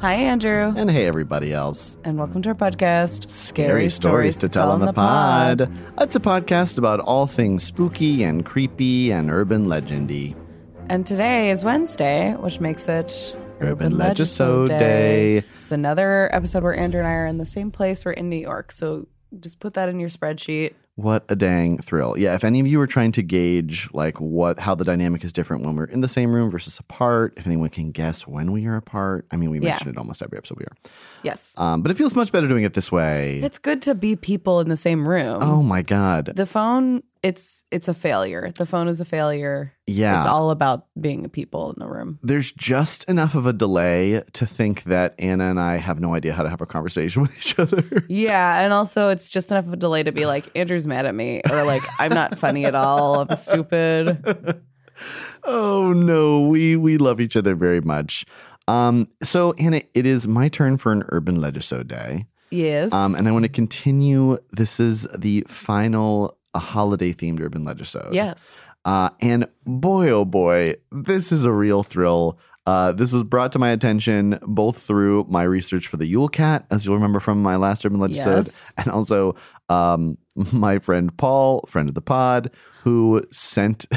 Hi, Andrew, And hey, everybody else. and welcome to our podcast, Scary Stories to Tell on the Pod. It's a podcast about all things spooky and creepy and urban legendy. And today is Wednesday, which makes it Urban Legisode Day. It's another episode where Andrew and I are in the same place. We're in New York, so just put that in your spreadsheet. What a dang thrill. Yeah, if any of you are trying to gauge like what how the dynamic is different when we're in the same room versus apart, if anyone can guess when we are apart. I mean, we Yeah. mention it almost every episode we are. Yes, Um, but it feels much better doing it this way. it's good to be people in the same room. oh my god. The phone, it's it's a failure. The phone is a failure. Yeah. It's all about being people in the room. there's just enough of a delay to think that Anna and I have no idea how to have a conversation with each other. Yeah, and also it's just enough of a delay to be like, Andrew's mad at me, or like, I'm not funny at all, I'm stupid. Oh no, we we love each other very much. Um, so Anna, it is my turn for an urban legisode day. Yes. Um, and I want to continue. This is the final uh, holiday themed urban legisode. yes. Uh, and boy, oh boy, this is a real thrill. Uh, this was brought to my attention both through my research for the Yule Cat, as you'll remember from my last Urban Legisode, Yes. and also um, my friend Paul, friend of the pod, who sent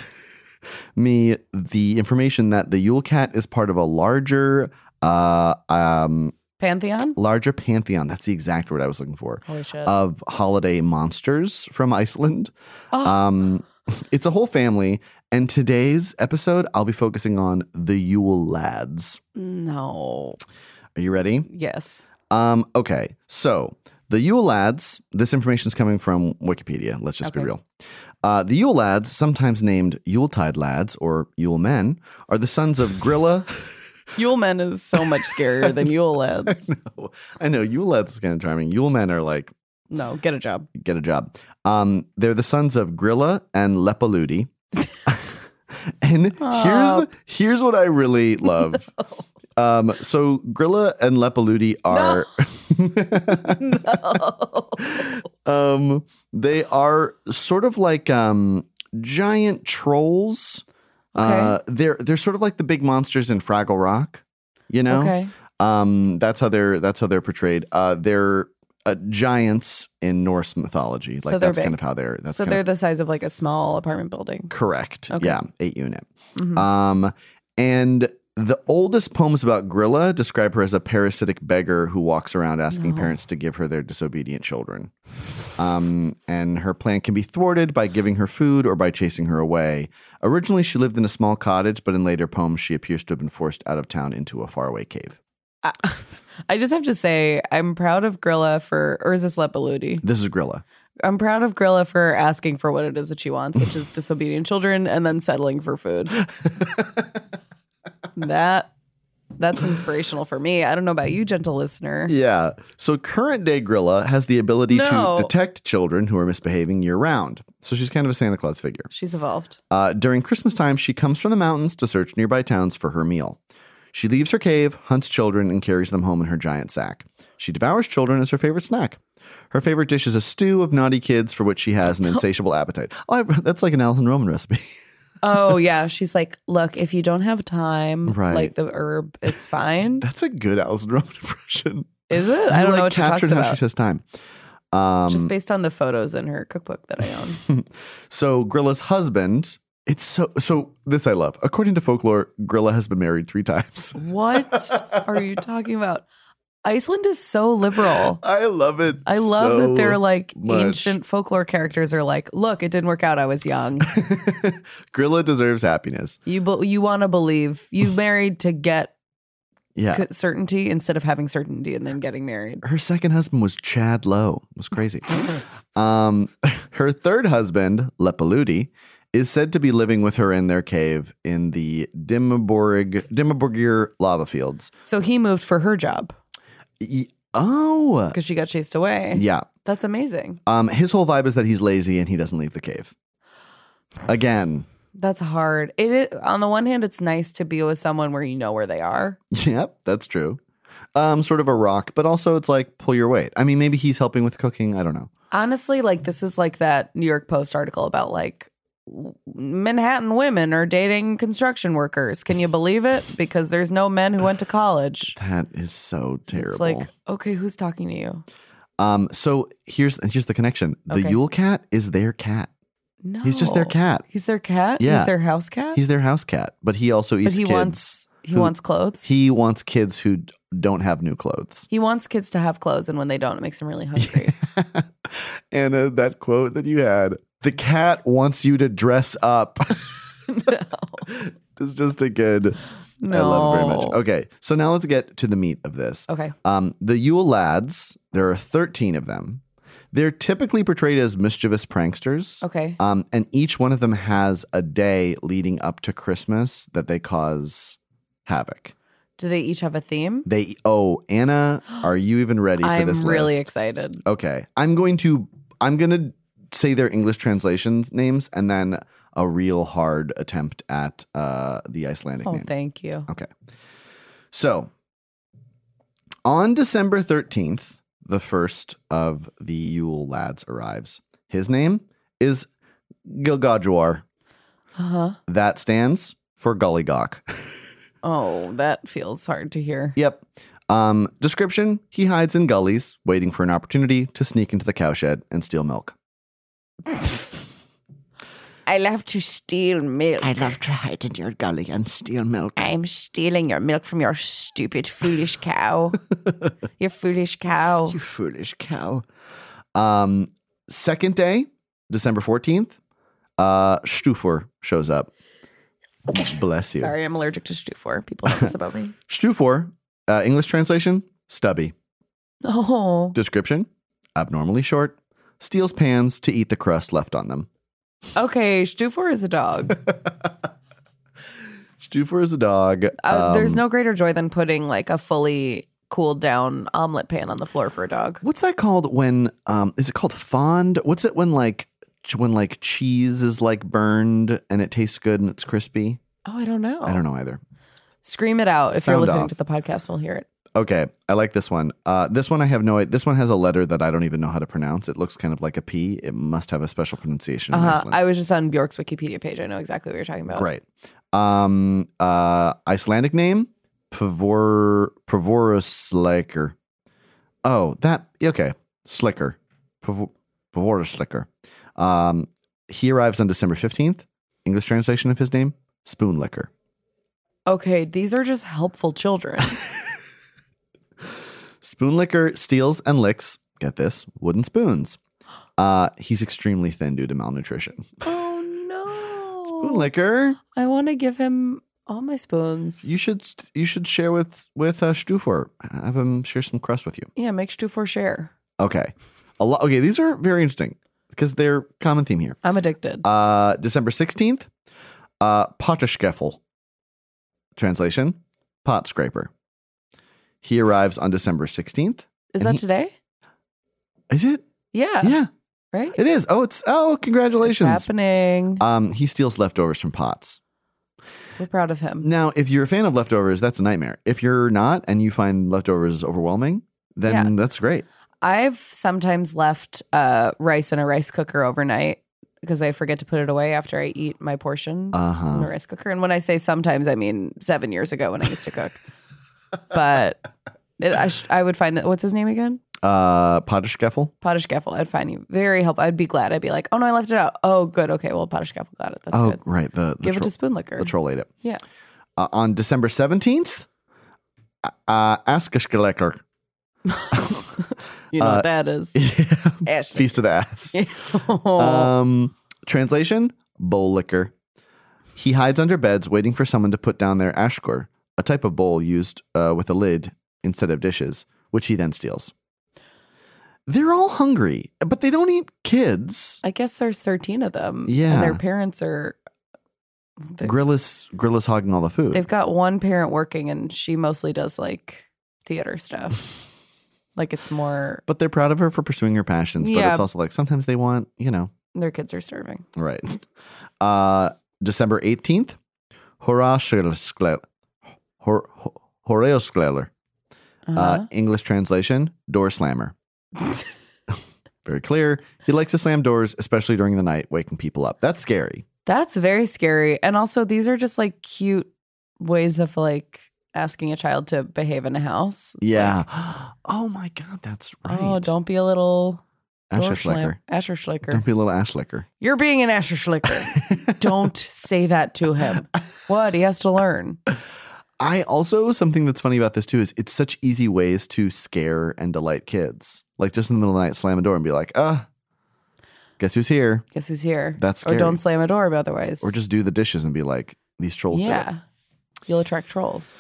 me the information that the Yule Cat is part of a larger, uh, um, Pantheon? larger pantheon. That's the exact word I was looking for Holy shit. of holiday monsters from Iceland. Oh, uh, Um, it's a whole family. And today's episode, I'll be focusing on the Yule Lads. no. Are you ready? Yes. Um, okay, so the Yule Lads, this information is coming from Wikipedia. Let's just be Okay. real. Uh, the Yule Lads, sometimes named Yuletide Lads or Yule Men, are the sons of Grilla. Yule Men is so much scarier than Yule Lads. I know Yule Lads is kind of charming. Yule Men are like, No, get a job. get a job. Um, they're the sons of Grilla and Lepaludi. and here's Stop. here's what I really love. Um, so Grilla and Lepaludi are um they are sort of like um giant trolls. Uh they're they're sort of like the big monsters in Fraggle Rock, you know? Okay. Um, that's how they're that's how they're portrayed. Uh, they're uh, giants in Norse mythology. Like So they're that's kind big. of how they're. That's So kind they're of, the size of like a small apartment building. correct. Okay. Yeah, eight unit. Mhm. Um, and the oldest poems about Grilla describe her as a parasitic beggar who walks around asking No. parents to give her their disobedient children. Um, and her plan can be thwarted by giving her food or by chasing her away. Originally, she lived in a small cottage, but in later poems, she appears to have been forced out of town into a faraway cave. I, I just have to say, I'm proud of Grilla for, or is this Lepaludi? This is Grilla. I'm proud of Grilla for asking for what it is that she wants, which is disobedient children, and then settling for food. that that's inspirational for me. I don't know about you, gentle listener. Yeah. So current day Grilla has the ability No. to detect children who are misbehaving year round. So she's kind of a Santa Claus figure. She's evolved. Uh, during Christmas time, she comes from the mountains to search nearby towns for her meal. She leaves her cave, hunts children, and carries them home in her giant sack. She devours children as her favorite snack. Her favorite dish is a stew of naughty kids for which she has an insatiable appetite. Oh, I, that's like an Alison Roman recipe. Oh yeah, she's like, look, if you don't have time, Right. like the herb, it's fine. that's a good Alison Roman impression. Is it? I You, don't like, know what she talks captured how about. she says time. Um, Just based on the photos in her cookbook that I own. So Grilla's husband, it's so so this I love. According to folklore, Grilla has been married three times. what are you talking about? Iceland is so liberal. I love it. I love that they're so like much. ancient folklore characters are like, look, it didn't work out. I was young. Grilla deserves happiness. You be- you want to believe you married to get Yeah. c- certainty instead of having certainty and then getting married. her second husband was Chad Lowe. It was crazy. um, her third husband, Lepaludi, is said to be living with her in their cave in the Dimmaborg Dimmaborgir lava fields. So he moved for her job. Y- Oh, because she got chased away. yeah. That's amazing. Um, his whole vibe is that he's lazy and he doesn't leave the cave. Again, That's hard. It is, on the one hand, it's nice to be with someone where you know where they are. yep, that's true. Um, sort of a rock, but also it's like pull your weight. I mean, maybe he's helping with cooking. I don't know. Honestly, like this is like that New York Post article about like w- Manhattan women are dating construction workers. Can you believe it? Because there's no men who went to college. That is so terrible. It's like, okay, who's talking to you? um, so here's here's the connection. The Okay. Yule cat is their cat. No. He's just their cat. He's their cat? Yeah. He's their house cat? He's their house cat, but he also eats but he kids. wants he who- wants clothes. he wants kids who d- don't have new clothes. He wants kids to have clothes, and when they don't, it makes him really hungry. Anna, that quote that you had. The cat wants you to dress up. no. It's just a good. no. I love it very much. Okay, so now let's get to the meat of this. Okay. Um, the Yule lads, there are 13 of them. They're typically portrayed as mischievous pranksters. Okay. Um, and each one of them has a day leading up to Christmas that they cause havoc. Do they each have a theme? They oh Anna, are you even ready for I'm this really list? excited. okay, I'm going to I'm gonna say their English translations names and then a real hard attempt at uh, the Icelandic Oh, name. thank you. Okay. So on December 13th, the first of the Yule lads arrives. His name is Gilgadjuar. Uh huh. That stands for Gollygok. Oh, that feels hard to hear. yep. Um, description He hides in gullies, waiting for an opportunity to sneak into the cowshed and steal milk. I love to steal milk. love to hide in your gully and steal milk. I'm stealing your milk from your stupid, foolish cow. your foolish cow. foolish cow. Um, second day, December 14th, uh, Stufor shows up. Bless you. Sorry, I'm allergic to Stufor. People know this about me. Stufor, uh, English translation, stubby. Oh, Description, abnormally short, steals pans to eat the crust left on them. okay. Stufor is a dog. Stufor is a dog. Uh, there's Um, no greater joy than putting like a fully cooled down omelet pan on the floor for a dog. What's that called when, um, is it called fond? What's it when like, ch- when like cheese is like burned and it tastes good and it's crispy? Oh, I don't know. I don't know either. Scream it out if you're Sound listening off. to the podcast. We'll hear it. Okay, I like this one. Uh, this one I have no. This one has a letter that I don't even know how to pronounce. It looks kind of like a P. It must have a special pronunciation. in Uh, Iceland. I was just on Bjork's Wikipedia page. I know exactly what you're talking about. Great. Um, uh, Icelandic name Pavor Pavorusliker. Oh, that okay. Slicker, Pavor Pavorusliker. Um, he arrives on December fifteenth. English translation of his name: Spoon Licker. Okay, these are just helpful children. Spoonlicker steals and licks, get this, wooden spoons. Uh, he's extremely thin due to malnutrition. oh no! Spoonlicker, I want to give him all my spoons. you should you should share with with uh, Stufor. Have him share some crust with you. yeah, make Stufor share. Okay, a lot. Okay, these are very interesting because they're common theme here. I'm addicted. Uh, December sixteenth, uh, Potterskeffel. Translation: pot scraper. He arrives on December sixteenth. is and that he- today? Is it? Yeah. yeah, Right. it is. Oh, it's oh, congratulations. Happening. Um, he steals leftovers from pots. We're proud of him. Now, if you're a fan of leftovers, that's a nightmare. If you're not and you find leftovers overwhelming, then Yeah. that's great. I've sometimes left uh, rice in a rice cooker overnight because I forget to put it away after I eat my portion Uh in the huh. rice cooker. And when I say sometimes, I mean seven years ago when I used to cook. but it, I, sh- I would find that what's his name again? Uh, Potterskeffel. Potash Gaffel. I'd find you very helpful. I'd be glad. I'd be like, oh no, I left it out. Oh, good. Okay, well, Potash Gaffel got it. That's Oh, good. right. The, the, Give tro- it to Spoon Liquor. the troll ate it. Yeah. Uh, on December 17th, uh, Askishkeleker. you know uh, what that is. Ashley. Feast of the Ass. Oh. Um, translation bowl liquor. He hides under beds, waiting for someone to put down their ashkur, a type of bowl used uh, with a lid instead of dishes, which he then steals. They're all hungry, but they don't eat kids. I guess there's 13 of them. Yeah. And their parents are. they- Grilla's Grilla's hogging all the food. They've got one parent working and she mostly does like theater stuff. Like it's more But they're proud of her for pursuing her passions. But Yeah. it's also like sometimes they want, you know, their kids are starving. right. Uh, December 18th, Horaeoskleler, Hor- Hor- Horaeoskleler, Uh-huh. uh, English translation, door slammer. Very clear. He likes to slam doors, especially during the night, waking people up. That's scary. That's very scary. And also these are just like cute ways of like asking a child to behave in a house. It's yeah. oh my God, that's right. like, oh, don't be a little Asher door slam- Schlicker. Asher Schlicker. Don't be a little ash licker. You're being an Asher Schlicker. don't say that to him. What? He has to learn. I also something that's funny about this too is it's such easy ways to scare and delight kids. Like just in the middle of the night, slam a door and be like, "Uh, guess who's here?" Guess who's here? That's or scary. don't slam a door otherwise. Or just do the dishes and be like, "These trolls did Yeah. You'll attract trolls.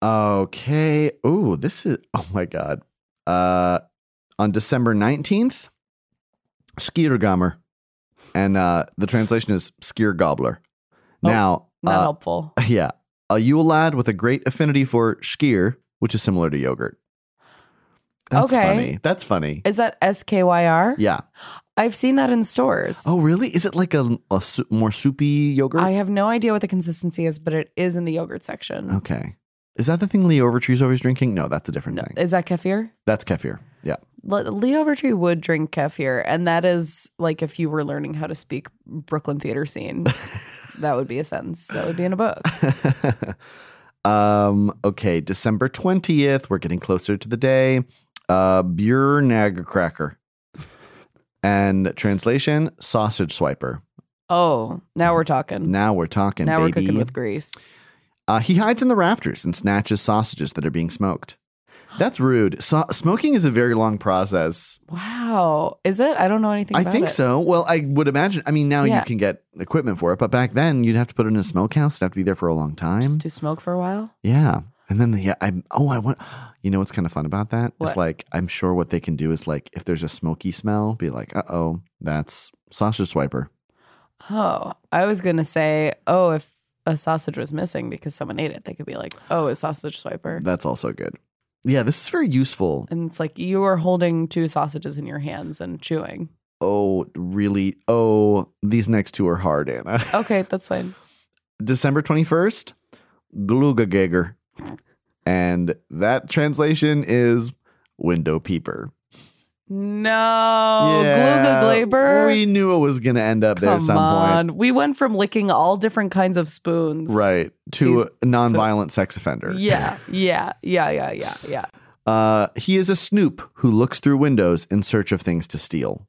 it." Okay. Oh, this is. Oh my god. Uh, on December nineteenth, Skiergammer, and uh, the translation is Skiergobbler. Oh, now, Not uh, helpful. yeah, a Yule lad with a great affinity for Skier, which is similar to yogurt. That's Okay. funny. That's funny. Is that S K Y R? Yeah. I've seen that in stores. Oh, really? Is it like a, a su- more soupy yogurt? I have no idea what the consistency is, but it is in the yogurt section. okay. Is that the thing Lee Overtree's always drinking? No, that's a Oh, different No, thing. is that kefir? That's kefir. Yeah. Le- Lee Overtree would drink kefir, and that is like if you were learning how to speak Brooklyn theater scene, that would be a sentence that would be in a book. um, okay. December 20th. We're getting closer to the day. Uh, Björnag cracker. And translation sausage swiper. Oh, now we're talking. Now we're talking. now we're baby. cooking with grease. Uh, he hides in the rafters and snatches sausages that are being smoked. That's rude. So- smoking is a very long process. Wow, is it? I don't know anything. I about think it. so. Well, I would imagine. I mean, now Yeah. you can get equipment for it, but back then you'd have to put it in a smokehouse. It'd have to be there for a long time. Just to smoke for a while. yeah. And then, the, yeah, I'm, oh, I want, you know what's kind of fun about that? It's What? like, I'm sure what they can do is like, if there's a smoky smell, be like, uh oh, that's sausage swiper. Oh, I was gonna say, oh, if a sausage was missing because someone ate it, they could be like, oh, a sausage swiper. That's also good. Yeah, this is very useful. And it's like you are holding two sausages in your hands and chewing. Oh, really? Oh, these next two are hard, Anna. Okay, that's fine. December 21st, Glugagager. And that translation is window peeper. No, Yeah, Gluga Oh, Glaber. We knew it was going to end up there at Come some point. on. We went from licking all different kinds of spoons. Right. To a nonviolent sex offender. Yeah, yeah, yeah, yeah, yeah, yeah. Uh, he is a snoop who looks through windows in search of things to steal.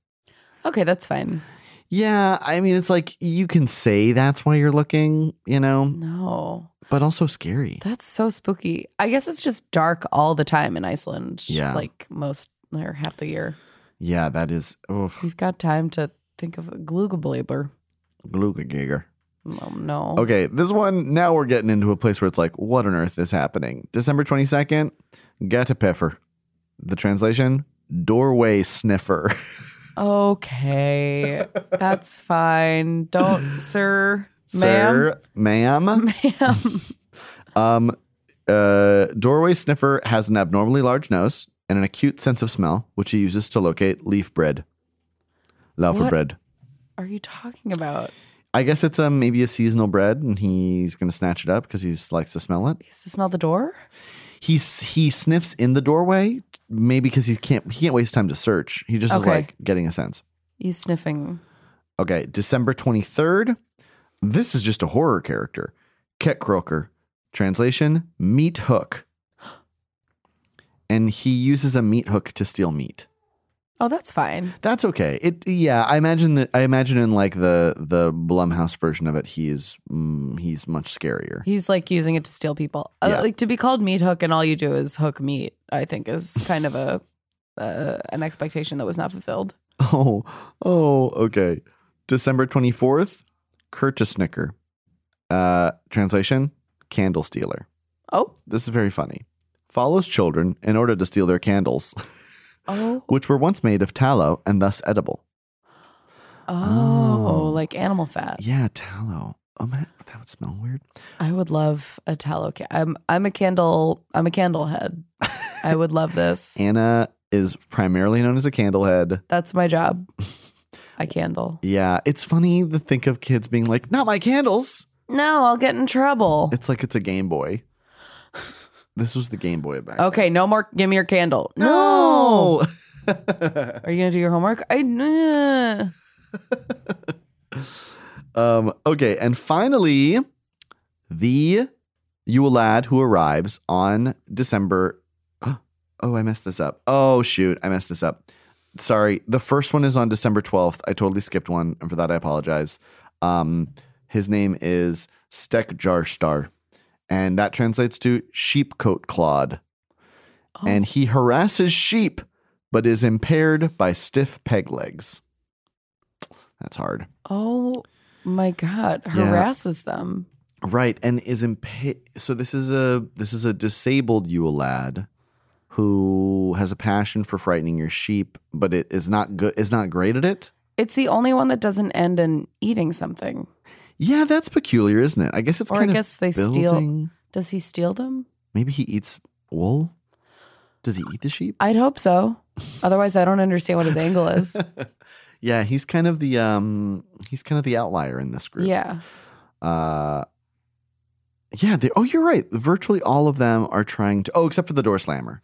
Okay, that's fine. Yeah. I mean, it's like you can say that's why you're looking, you know, No, but also scary. that's so spooky. I guess it's just dark all the time in Iceland. Yeah. Like most or half the year. Yeah, that is. Oh, We've got time to think of a Glugablaber. Glugagager. Oh, no. Okay, this one now we're getting into a place where it's like, what on earth is happening? December twenty second, Gattepeffer. The translation: doorway sniffer. Okay. That's fine. Don't, sir, ma'am. Sir, ma'am. Ma'am. Um, uh, doorway sniffer has an abnormally large nose and an acute sense of smell, which he uses to locate leaf bread, loaf What? bread. Are you talking about? I guess it's a maybe a seasonal bread, and he's gonna snatch it up because he likes to smell it. He has to smell the door? he s- he sniffs in the doorway, maybe because he can't he can't waste time to search. He just is Okay. like getting a sense. He's sniffing. Okay, December twenty third. This is just a horror character, Ket Croker. Translation: meat hook. And he uses a meat hook to steal meat. Oh, that's fine. That's okay. It yeah. I imagine that. I imagine in like the the Blumhouse version of it, he's mm, he's much scarier. He's like using it to steal people. Uh, Yeah. Like to be called meat hook and all you do is hook meat, I think is kind of a uh, an expectation that was not fulfilled. Oh, oh, okay. December 24th, Curtis Snicker. Uh, translation, candle stealer. Oh, This is very funny. Follows children in order to steal their candles, oh, which were once made of tallow and thus edible. oh, Oh. like animal fat. Yeah, tallow. Oh, man, that would smell weird. I would love a tallow. Ca- I'm I'm a candle. I'm a candle head. I would love this. Anna is primarily known as a candlehead. That's my job. I candle. Yeah, it's funny to think of kids being like, "Not my candles." No, I'll get in trouble. It's like it's a Game Boy. This was the Game Boy back. Okay, no more. Give me your candle. No. Are you gonna do your homework? I. uh. Um, okay, and finally, the Yule lad who arrives on December. Oh, I messed this up. Oh shoot, I messed this up. Sorry. The first one is on December twelfth. I totally skipped one, and for that I apologize. Um, his name is Stek Jarstar, and that translates to sheepcoat clod. And he harasses sheep, but is impaired by stiff peg legs. That's hard. Oh my god, harasses them. Right, and is impa- so this is a this is a disabled Yule lad who has a passion for frightening your sheep, but it is not good is not great at it. It's the only one that doesn't end in eating something. Yeah, that's peculiar, isn't it? I guess it's Or I kind guess of they steal- building- Does he steal them? Maybe he eats wool. Does he eat the sheep? I'd hope so. Otherwise, I don't understand what his angle is. yeah, he's kind of the um he's kind of the outlier in this group. Yeah. Uh yeah, they, oh, you're right. Virtually all of them are trying to. Oh, except for the door slammer.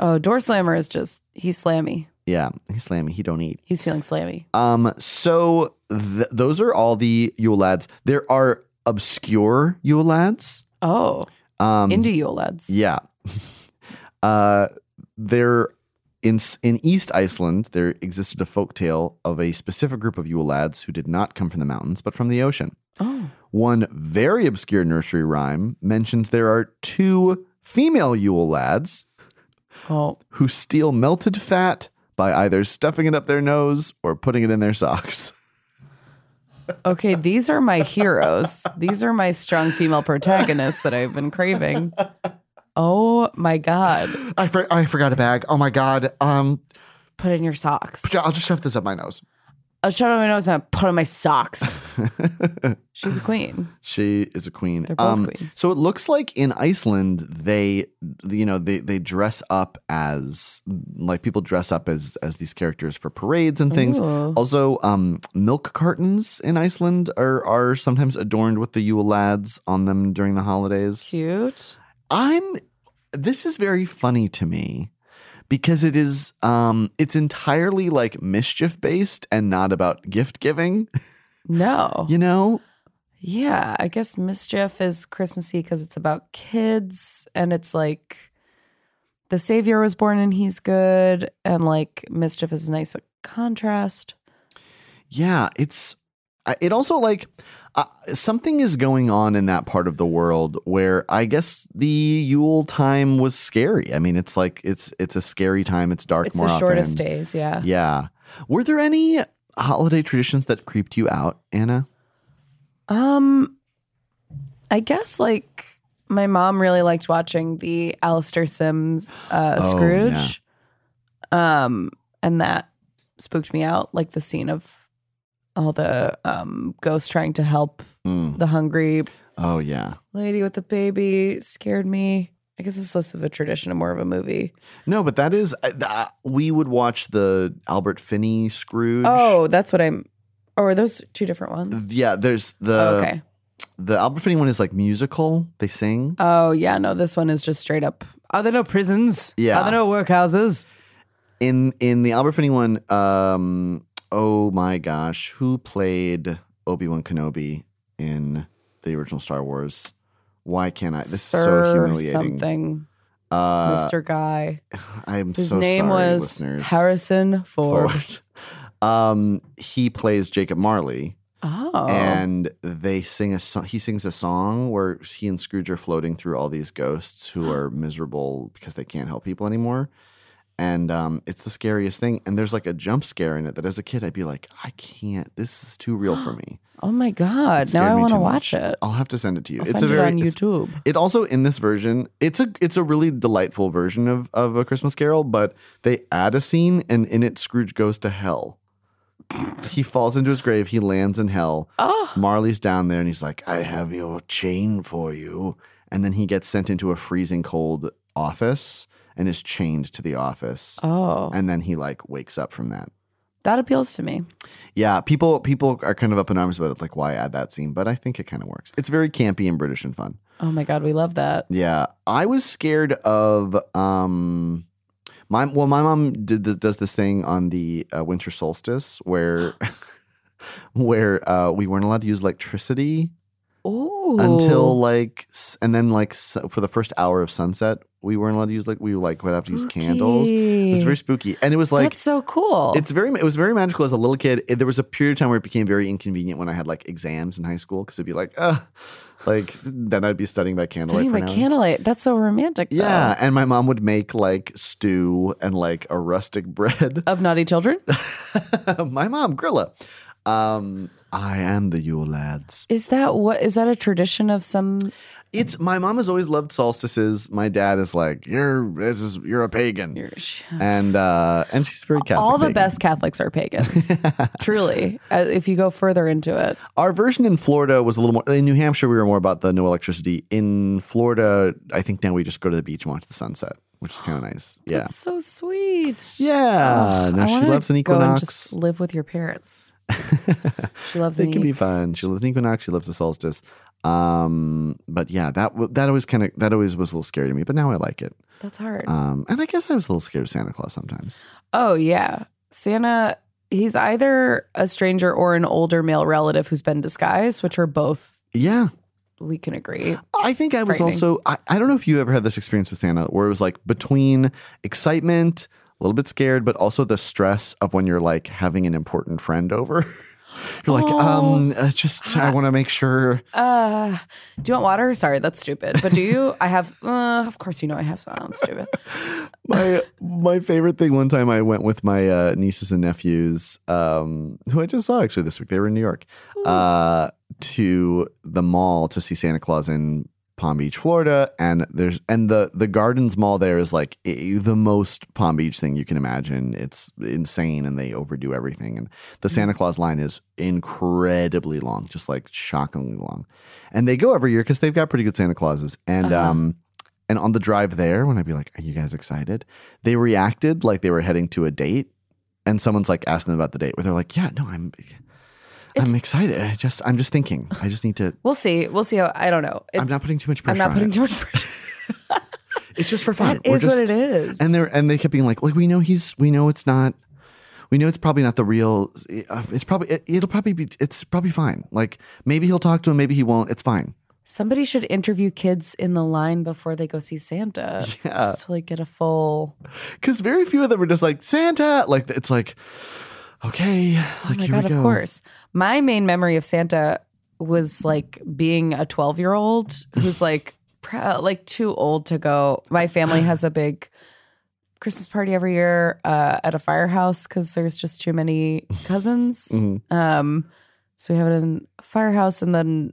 Oh, door slammer is just he's slammy. Yeah, he's slamming. He don't eat. He's feeling slammy. Um, so th- those are all the Yule lads. There are obscure Yule lads. Oh, Um, indie Yule lads. yeah. uh, there in S- in East Iceland, there existed a folktale of a specific group of Yule lads who did not come from the mountains but from the ocean. Oh, One very obscure nursery rhyme mentions there are two female Yule lads oh, who steal melted fat by either stuffing it up their nose or putting it in their socks. okay. These are my heroes. These are my strong female protagonists that I've been craving. Oh my god! I, for, I forgot a bag. Oh my god. Um, Put in your socks. I'll just shove this up my nose. I'll shut on my nose and I'll put on my socks. She's a queen. She is a queen. Um, They're both queens. So it looks like in Iceland, they, you know, they they dress up as like people dress up as as these characters for parades and things. Ooh. Also, um, milk cartons in Iceland are are sometimes adorned with the Yule lads on them during the holidays. Cute. I'm this is very funny to me because it is um it's entirely like mischief based and not about gift giving, Oh. No. you know? Yeah, I guess mischief is Christmassy because it's about kids and it's like the savior was born and he's good and like mischief is a nice contrast. Yeah, it's I- it also like uh, something is going on in that part of the world where I guess the Yule time was scary. I mean, it's like it's it's a scary time. It's dark It's more the often. shortest days, yeah. Yeah. Were there any holiday traditions that creeped you out, Anna? Um I guess like my mom really liked watching the Alistair Sims uh Oh, Scrooge. Um and that spooked me out like the scene of all the um ghosts trying to help Mm. the hungry Oh yeah. lady with the baby scared me. I guess it's less of a tradition and more of a movie. No, but that is uh, uh, we would watch the Albert Finney Scrooge. Oh, that's what I'm. Oh, are those two different ones? yeah. There's the uh, Oh, okay. the Albert Finney one is like musical. They sing. Oh, yeah. No, this one is just straight up. Are there no prisons? Yeah. Are there no workhouses? in in the Albert Finney one, um, oh my gosh, who played Obi Wan Kenobi in the original Star Wars? Why can't I? This is so Sir humiliating. Something, Uh, Mr. Guy. I'm His so name sorry, was listeners. Harrison Ford. Ford. um, he plays Jacob Marley, Oh, and they sing a song. He sings a song where he and Scrooge are floating through all these ghosts who are miserable because they can't help people anymore. And um, it's the scariest thing. And there's like a jump scare in it that as a kid, I'd be like, I can't. This is too real for me. oh my God! Now Scared I me want to too watch much. it. I'll have to send it to you. I'll it's find a very it on it's- YouTube. it also in this version, it's a it's a really delightful version of of a Christmas Carol, but they add a scene, and in it, Scrooge goes to hell. he falls into his grave. He lands in hell. Oh, Marley's down there, and he's like, "I have your chain for you." And then he gets sent into a freezing cold office, and is chained to the office. Oh, And then he like wakes up from that. that appeals to me. Yeah, people people are kind of up in arms about it, like why add that scene, but I think it kind of works. It's very campy and British and fun. Oh my god, we love that. Yeah, I was scared of um my well my mom did this, does this thing on the uh, winter solstice where where uh, we weren't allowed to use electricity Oh, until like s- and then like s for the first hour of sunset we weren't allowed to use like we like would have to use candles. It was very spooky and it was like That's so cool. it's very. It was very magical as a little kid. It- there was a period of time where it became very inconvenient when I had like exams in high school because it'd be like, uh, like then I'd be studying by candlelight. Studying for by an hour. candlelight. That's so romantic. though. Yeah, and my mom would make like stew and like a rustic bread. Of naughty children? my mom, Grilla. Um, I am the Yule lads. Is that what? Is that a tradition of some? It's my mom has always loved solstices. My dad is like, you're this is you're a pagan, and uh, and she's very Catholic. All the pagan. best Catholics are pagans. Truly, Uh, if you go further into it, Our version in Florida was a little more. In New Hampshire, we were more about the no electricity. In Florida, I think now we just go to the beach and watch the sunset, which is kind of nice. Yeah. it's so sweet. Yeah. Oh, I no, she wanna loves an go and equinox. just live with your parents. she loves it an can e- be fun. She loves an equinox. She loves the solstice. Um, but yeah, that w- that always kind of that always was a little scary to me. But now I like it. That's hard. Um, and I guess I was a little scared of Santa Claus sometimes. Oh yeah, Santa. He's either a stranger or an older male relative who's been disguised, which are both Yeah. we can agree. I think I was Oh, Frightening. also, I, I don't know if you ever had this experience with Santa where it was like between excitement, a little bit scared, but also the stress of when you're like having an important friend over. you're like, Oh. Ah. um, uh, just, I want to make sure. Uh, do you want water? Sorry, that's stupid. But do you? I have. Uh, of course, you know I have some. I'm stupid. My, my favorite thing one time I went with my uh, nieces and nephews, um, who I just saw actually this week, they were in New York, uh, to the mall to see Santa Claus in Palm Beach, Florida, and there's and the the Gardens Mall there is like eh, the most Palm Beach thing you can imagine. It's insane, and they overdo everything. And the Santa Claus line is incredibly long, just like shockingly long. And they go every year because they've got pretty good Santa Clauses. And um, and on the drive there, when I'd be like, "Are you guys excited?" They reacted like they were heading to a date, and someone's like asking them about the date, where they're like, "Yeah, no, I'm." I'm excited. I just, I'm just thinking. I just need to. We'll see. We'll see how. I don't know. It- I'm not putting too much pressure. I'm not on putting it. too much pressure. It's just for fun. That We're is just, what it is. And they are and they kept being like, like we know he's, we know it's not, we know it's probably not the real. uh, It's probably it, it'll probably be it's probably fine. Like maybe he'll talk to him, maybe he won't. It's fine. Somebody should interview kids in the line before they go see Santa, Yeah. just to like get a full. oh Because very few of them are just like Santa. Like it's like, okay, Oh like my here god, we go. of course. My main memory of Santa was like being a 12 year old who's like pr- like too old to go. My family has a big Christmas party every year uh, at a firehouse because there's just too many cousins. Mhm. Um, so we have it in a firehouse, and then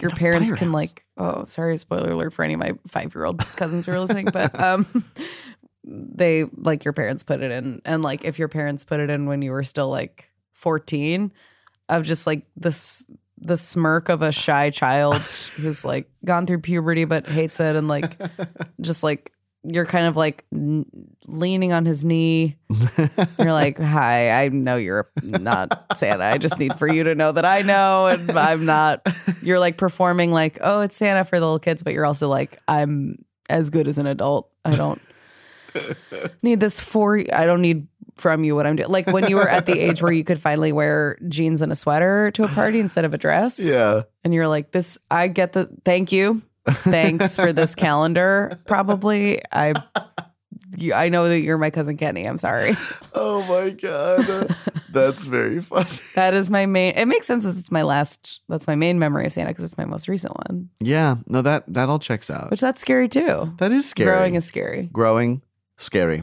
your At a parents can firehouse. like. Oh, sorry, spoiler alert for any of my five year old cousins who are listening, but um, they like your parents put it in, and like if your parents put it in when you were still like fourteen, of just like this the smirk of a shy child who's like gone through puberty but hates it and like just like you're kind of like n- leaning on his knee and you're like, "Hi, I know you're not Santa. I just need for you to know that I know, and I'm not." You're like performing like, "Oh, it's Santa for the little kids," but you're also like, "I'm as good as an adult. I don't need this for. I don't need from you what I'm doing." Like when you were at the age where you could finally wear jeans and a sweater to a party instead of a dress, Yeah. and you're like, "This, I get the thank you." Thanks for this calendar. Probably, I, you, I know that you're my cousin Kenny. I'm sorry. Oh my god, that's very funny. That is my main. It makes sense. that It's my last. That's my main memory of Santa because it's my most recent one. Yeah. No, that that all checks out. Which that's scary too. that is scary. Growing is scary. growing scary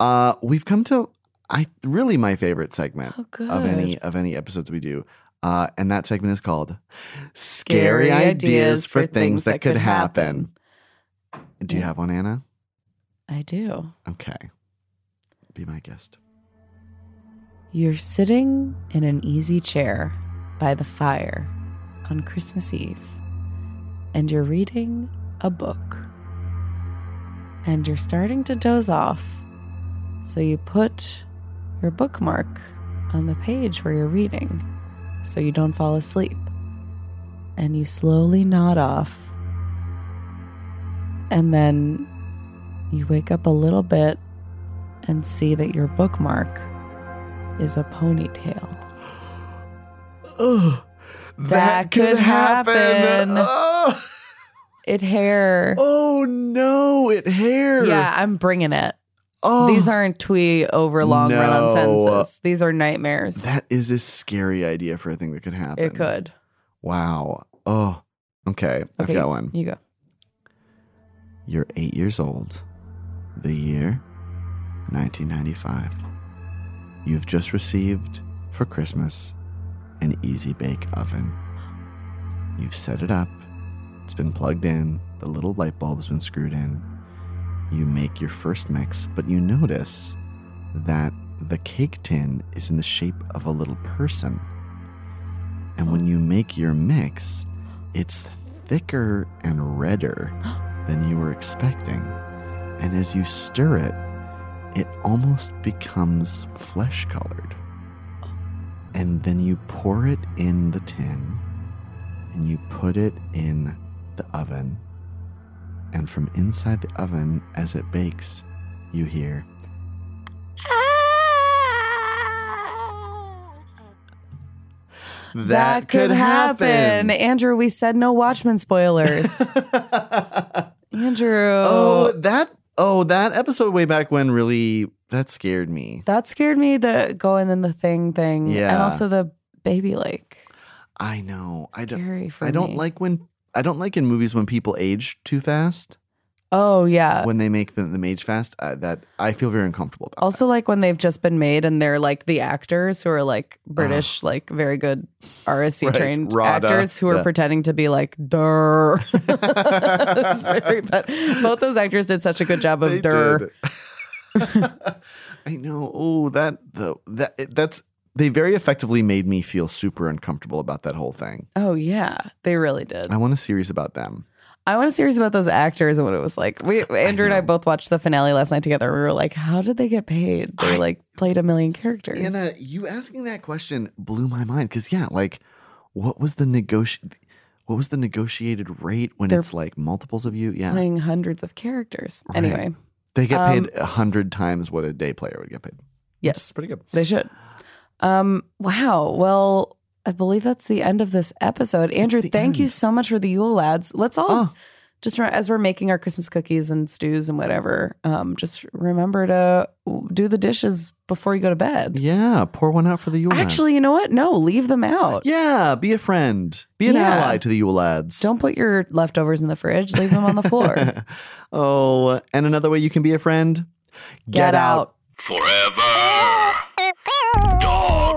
uh we've come to i really my favorite segment Oh, good. of any of any episodes we do uh and that segment is called Scary scary ideas for things that could happen do you have one anna I do. okay be my guest You're sitting in an easy chair by the fire on Christmas Eve, and you're reading a book. and you're starting to doze off. So you put your bookmark on the page where you're reading so you don't fall asleep. And you slowly nod off. And then you wake up a little bit and see that your bookmark is a ponytail. Ugh, That that, could happen. Ugh. It hair. oh no, it hair. Yeah, I'm bringing it. Oh, These aren't twee over long run No. on sentences. These are nightmares. That is a scary idea for a thing that could happen. it could. Wow. Oh. Okay. I've Okay, got one. You go. You're eight years old. The year 1995. You've just received for Christmas an easy bake oven. You've set it up, it's been plugged in, the little light bulb's been screwed in. You make your first mix, but you notice that the cake tin is in the shape of a little person. And when you make your mix, it's thicker and redder than you were expecting. And as you stir it, it almost becomes flesh colored. And then you pour it in the tin and you put it in the oven. And from inside the oven, as it bakes, you hear. Andrew, we said no Watchmen spoilers. Andrew. Oh, that oh that episode way back when really that scared me. That scared me, the going in the thing thing. And Yeah. also the baby lake. I know. I don't. Scary for I don't me. like when I don't like in movies when people age too fast. Oh, yeah. when they make them, them age fast, uh, that I feel very uncomfortable about. also, like when they've just been made and they're like the actors who are like British, like very good RSC Uh-huh. Right, trained RADA, actors who are yeah. pretending to be like, der. it's Oh, very bad. Both those actors did such a good job of They der. did. I know. Oh, that though that it- that's they very effectively made me feel super uncomfortable about that whole thing. Oh, yeah. They really did. I want a series about them. I want a series about those actors and what it was like. We Andrew and I both watched the finale last night together. We were like, how did they get paid? They like played a million characters. Anna, you asking that question blew my mind because yeah, like what was the negoti What was the negotiated rate when They're it's like multiples of you? Yeah, playing hundreds of characters. Right. Anyway, they get um, paid a hundred times what a day player would get paid. It's yes, pretty good. they should. Um, wow. Well, I believe that's the end of this episode. Andrew, the thank you end. so much for the Yule lads. Let's all Oh. just re- as we're making our Christmas cookies and stews and whatever, um, just remember to do the dishes before you go to bed. Yeah, pour one out for the Yule. lads. Actually, you know what? No, leave them out. Yeah, be a friend. Be an Yeah. ally to the Yule lads. Don't put your leftovers in the fridge. Leave them on the floor. oh, and another way you can be a friend? Get, Forever. Dog.